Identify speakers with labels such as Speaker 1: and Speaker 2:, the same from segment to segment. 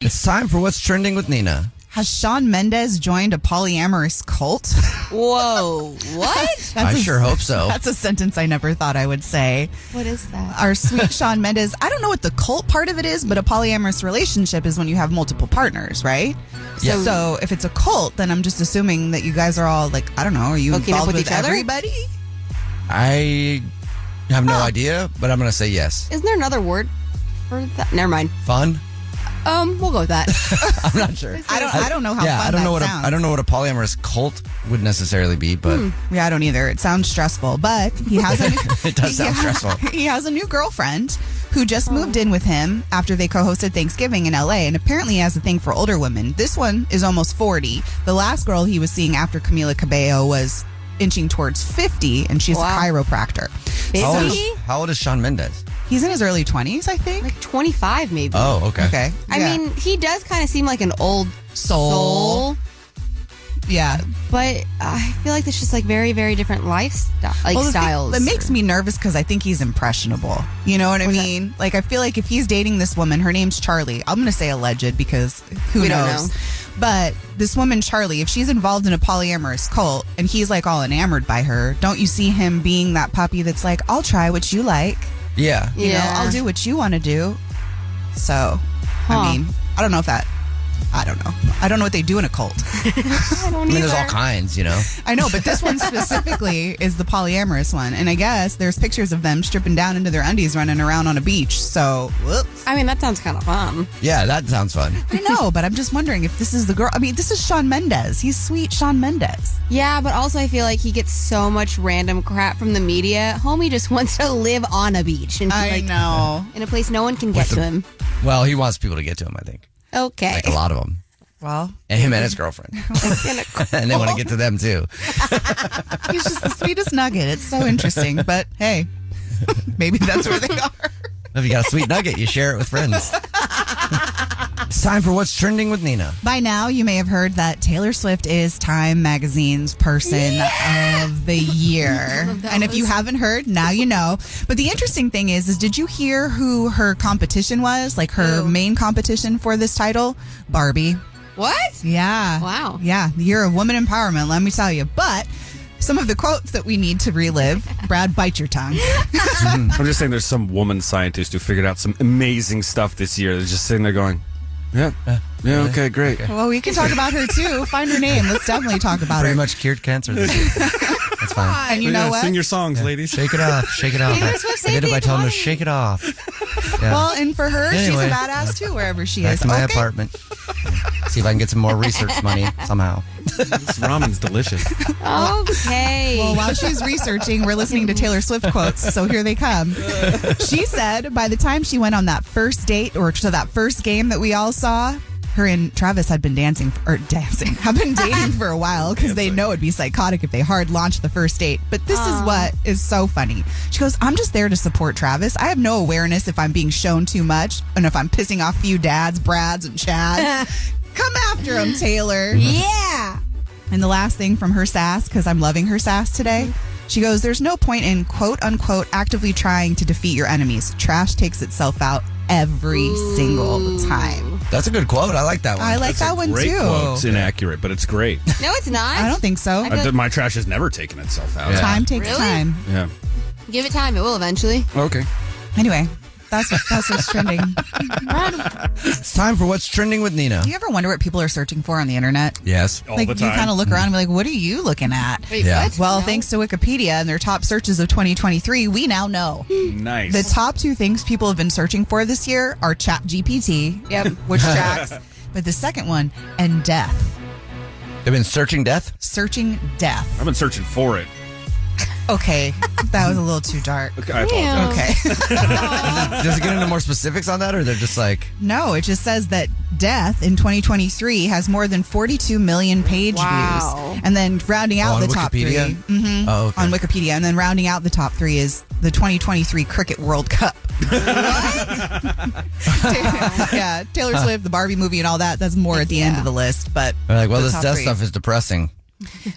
Speaker 1: It's time for what's trending with Nina.
Speaker 2: Has Sean Mendez joined a polyamorous cult?
Speaker 3: Whoa, what?
Speaker 1: I sure hope so.
Speaker 2: That's a sentence I never thought I would say.
Speaker 3: What is that?
Speaker 2: Our sweet Sean Mendez, I don't know what the cult part of it is, but a polyamorous relationship is when you have multiple partners, right?
Speaker 1: Yeah.
Speaker 2: So if it's a cult, then I'm just assuming that you guys are all like, I don't know, are you
Speaker 3: Hooking
Speaker 2: involved
Speaker 3: up with
Speaker 2: with,
Speaker 3: each other?
Speaker 2: everybody?
Speaker 1: I have no idea, but I'm going to say yes.
Speaker 3: Isn't there another word for that? Never mind.
Speaker 1: Fun?
Speaker 3: Um, we'll go with that.
Speaker 1: I'm not sure.
Speaker 2: I don't I don't know how
Speaker 1: yeah,
Speaker 2: fun
Speaker 1: I don't
Speaker 2: that
Speaker 1: know what
Speaker 2: sounds. Hmm,
Speaker 1: a, I don't know what a polyamorous cult would necessarily be, but
Speaker 2: Yeah, I don't either. It sounds stressful, but he has a new,
Speaker 1: It does sound
Speaker 2: he,
Speaker 1: stressful.
Speaker 2: He has a new girlfriend who just moved in with him after they co-hosted Thanksgiving in LA and apparently he has a thing for older women. This one is almost 40. The last girl he was seeing after Camila Cabello was inching towards 50 and she's
Speaker 3: Wow.
Speaker 2: a chiropractor.
Speaker 1: how, old
Speaker 2: Oh.
Speaker 3: Busy?
Speaker 1: is, how old is Sean Mendez?
Speaker 2: He's in his early 20s, I think.
Speaker 3: like 25 maybe.
Speaker 1: Oh, okay.
Speaker 2: okay.
Speaker 3: I
Speaker 2: Yeah.
Speaker 3: mean, he does kind of seem like an old
Speaker 2: Soul.
Speaker 3: soul,
Speaker 2: yeah.
Speaker 3: but I feel like that's just like very, very different lifestyle, like
Speaker 2: Well, the thing-
Speaker 3: styles.
Speaker 2: It makes me nervous because I think he's impressionable. You know what I mean? Like I feel like if he's dating this woman, her name's Charlie. I'm gonna say alleged because who
Speaker 3: We don't
Speaker 2: knows?
Speaker 3: know.
Speaker 2: But this woman Charlie, if she's involved in a polyamorous cult and he's like all enamored by her, don't you see him being that puppy that's like, I'll try what you like.
Speaker 1: Yeah.
Speaker 2: You
Speaker 3: Yeah.
Speaker 2: know, I'll do what you want to do. So,
Speaker 3: Huh.
Speaker 2: I mean, I don't know if that. I don't know. I don't know what they do in a cult.
Speaker 3: I don't
Speaker 1: I mean,
Speaker 3: either.
Speaker 1: there's all kinds, you know.
Speaker 2: I know, but this one specifically is the polyamorous one. And I guess there's pictures of them stripping down into their undies running around on a beach. So, whoops.
Speaker 3: I mean, that sounds kind of fun.
Speaker 1: Yeah, that sounds fun.
Speaker 2: I know, but I'm just wondering if this is the girl. I mean, this is Sean Mendez. He's sweet Sean Mendez.
Speaker 3: Yeah, but also I feel like he gets so much random crap from the media. Homie just wants to live on a beach and be, like
Speaker 2: know.
Speaker 3: in a place no one can get
Speaker 1: the-
Speaker 3: to him.
Speaker 1: Well, he wants people to get to him, I think.
Speaker 3: Okay.
Speaker 1: Like a lot of them.
Speaker 2: Well,
Speaker 1: And him and his girlfriend. and they want to get to them too.
Speaker 2: he's just the sweetest nugget. It's so interesting. But hey, maybe that's where they are.
Speaker 1: If you got a sweet nugget, you share it with friends. it's time for what's trending with Nina.
Speaker 2: By now, you may have heard that Taylor Swift is Time Magazine's Person of the Year. and if you haven't heard, now you know. But the interesting thing is, is did you hear who her competition was? Like her main competition for this title? Barbie.
Speaker 3: What?
Speaker 2: Yeah.
Speaker 3: Wow.
Speaker 2: Yeah, the year of women empowerment, let me tell you. But some of the quotes that we need to relive, Brad, bite your tongue.
Speaker 4: I'm just saying there's some woman scientist who figured out some amazing stuff this year. They're just sitting there going, yeah, yeah, okay, great.
Speaker 2: well, we can talk about her too. Find her name. Let's definitely talk about
Speaker 1: Pretty
Speaker 2: her.
Speaker 1: much cured cancer this year. That's fine.
Speaker 2: And you know
Speaker 4: Oh, Yeah,
Speaker 2: what?
Speaker 4: Sing your songs, ladies.
Speaker 1: Shake it off. Shake it off.
Speaker 3: Taylor
Speaker 1: I,
Speaker 3: Swift
Speaker 1: I did it by
Speaker 3: saved
Speaker 1: telling her
Speaker 3: the
Speaker 1: to shake it off. Yeah.
Speaker 2: Well, and for her, she's
Speaker 1: Anyway.
Speaker 2: a badass too, wherever she
Speaker 1: Back
Speaker 2: is.
Speaker 1: to my
Speaker 2: Okay.
Speaker 1: apartment. See if I can get some more research money somehow.
Speaker 4: This ramen's delicious.
Speaker 3: Okay.
Speaker 2: Well, while she's researching, we're listening to Taylor Swift quotes, so here they come. She said by the time she went on that first date or to that first game that we all saw, her and Travis had been dancing or dancing, have been dating for a while because they know it'd be psychotic if they hard launched the first date. But this is what is so funny. She goes, "I'm just there to support Travis. I have no awareness if I'm being shown too much and if I'm pissing off few dads, Brads, and Chads. Come after him, Taylor."
Speaker 3: Yeah.
Speaker 2: And the last thing from her sass, because I'm loving her sass today. She goes, There's no point in quote unquote actively trying to defeat your enemies. Trash takes itself out every single time.
Speaker 1: That's a good quote. I like that one.
Speaker 2: I like that one
Speaker 4: Great
Speaker 2: too.
Speaker 4: quote. It's inaccurate, but it's great.
Speaker 3: No, it's not.
Speaker 2: I don't think so.
Speaker 4: I did- my trash has never taken itself out.
Speaker 1: Yeah.
Speaker 2: Time takes
Speaker 3: Really?
Speaker 2: time.
Speaker 4: Yeah.
Speaker 3: Give it time. It will eventually.
Speaker 4: Okay.
Speaker 2: Anyway, that's what, that's what's trending.
Speaker 1: It's time for what's trending with Nina.
Speaker 2: Do you ever wonder what people are searching for on the internet?
Speaker 1: Yes.
Speaker 4: All
Speaker 2: like
Speaker 4: the time.
Speaker 2: you kind of look around and be like, what are you looking at?
Speaker 3: Wait,
Speaker 1: Yeah.
Speaker 3: what?
Speaker 2: Well,
Speaker 3: No.
Speaker 2: thanks to Wikipedia and their top searches of 2023, we now know.
Speaker 4: nice.
Speaker 2: The top two things people have been searching for this year are Chat GPT,
Speaker 3: Yep.
Speaker 2: which tracks, but the second one and death,
Speaker 1: They've been searching death.
Speaker 2: searching death.
Speaker 4: I've been searching for it.
Speaker 2: Okay, that was a little too dark.
Speaker 4: Okay, I apologize.
Speaker 1: Oh.
Speaker 3: Damn.
Speaker 2: Okay,
Speaker 1: Does it get into more specifics on that, or they're just like,
Speaker 2: no, it just says that death in 2023 has more than 42 million page
Speaker 3: Wow.
Speaker 2: views, and then rounding out
Speaker 1: On
Speaker 2: the top
Speaker 1: Wikipedia?
Speaker 2: three mhm,
Speaker 1: Oh, okay.
Speaker 2: on Wikipedia, and then rounding out the top three is the 2023 Cricket World Cup. yeah, Taylor Swift, the Barbie movie, and all that. That's more at the end of the list, but
Speaker 1: they're like, well,
Speaker 2: the
Speaker 1: this
Speaker 2: top
Speaker 1: death
Speaker 2: three.
Speaker 1: stuff is depressing.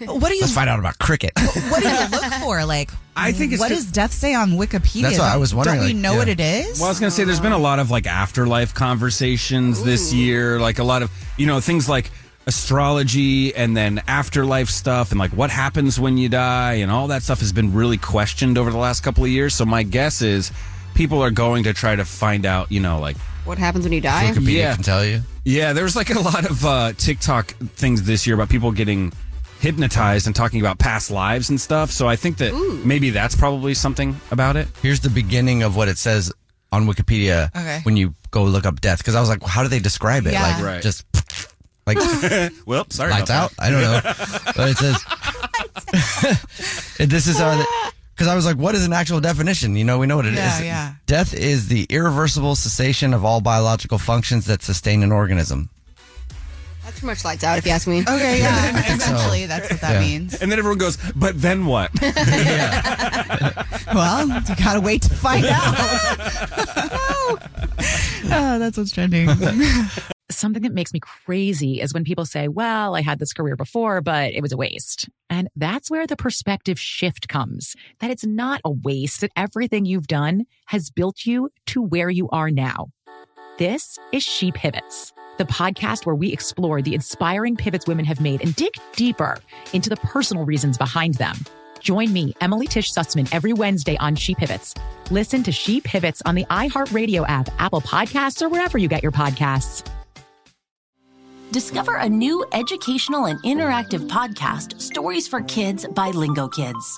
Speaker 2: What do you
Speaker 1: Let's find out about cricket.
Speaker 2: what do you look for? Like,
Speaker 4: I think it's
Speaker 2: what
Speaker 4: ju-
Speaker 2: does death say on Wikipedia?
Speaker 1: That's what I was wondering,
Speaker 2: Don't we
Speaker 1: like,
Speaker 2: know
Speaker 1: yeah.
Speaker 2: what it is?
Speaker 4: Well, I was going to say there's been a lot of like afterlife conversations this year, like a lot of, you know, things like astrology and then afterlife stuff and like what happens when you die and all that stuff has been really questioned over the last couple of years. So my guess is people are going to try to find out, you know, like
Speaker 3: What happens when you die?
Speaker 1: Wikipedia
Speaker 4: Yeah.
Speaker 1: can tell you.
Speaker 4: yeah, there was like a lot of uh, TikTok things this year about people getting hypnotized and talking about past lives and stuff. So I think that maybe that's probably something about it.
Speaker 1: Here's the beginning of what it says on Wikipedia
Speaker 2: Okay.
Speaker 1: when you go look up death. Because I was like, how do they describe it?
Speaker 2: Yeah.
Speaker 1: Like,
Speaker 4: Right.
Speaker 1: just like
Speaker 4: Well, sorry
Speaker 1: lights out.
Speaker 4: about that.
Speaker 1: I don't know, but it says this is our. Because I was like, what is an actual definition? You know, we know what it is.
Speaker 2: Yeah, yeah.
Speaker 1: Death is the irreversible cessation of all biological functions that sustain an organism.
Speaker 3: That's pretty much lights out, if you ask me.
Speaker 2: okay, yeah.
Speaker 1: so.
Speaker 2: Essentially, that's what that
Speaker 1: Yeah.
Speaker 2: means.
Speaker 4: And then everyone goes, but then what?
Speaker 2: Well, you gotta wait to find out. oh, that's what's trending.
Speaker 5: Something that makes me crazy is when people say, well, I had this career before, but it was a waste. And that's where the perspective shift comes that it's not a waste, that everything you've done has built you to where you are now. This is She Pivots, the podcast where we explore the inspiring pivots women have made and dig deeper into the personal reasons behind them. Join me, Emily Tish Sussman, every Wednesday on She Pivots. Listen to She Pivots on the iHeartRadio app, Apple Podcasts, or wherever you get your podcasts.
Speaker 6: Discover a new educational and interactive podcast, Stories for Kids by Lingo Kids.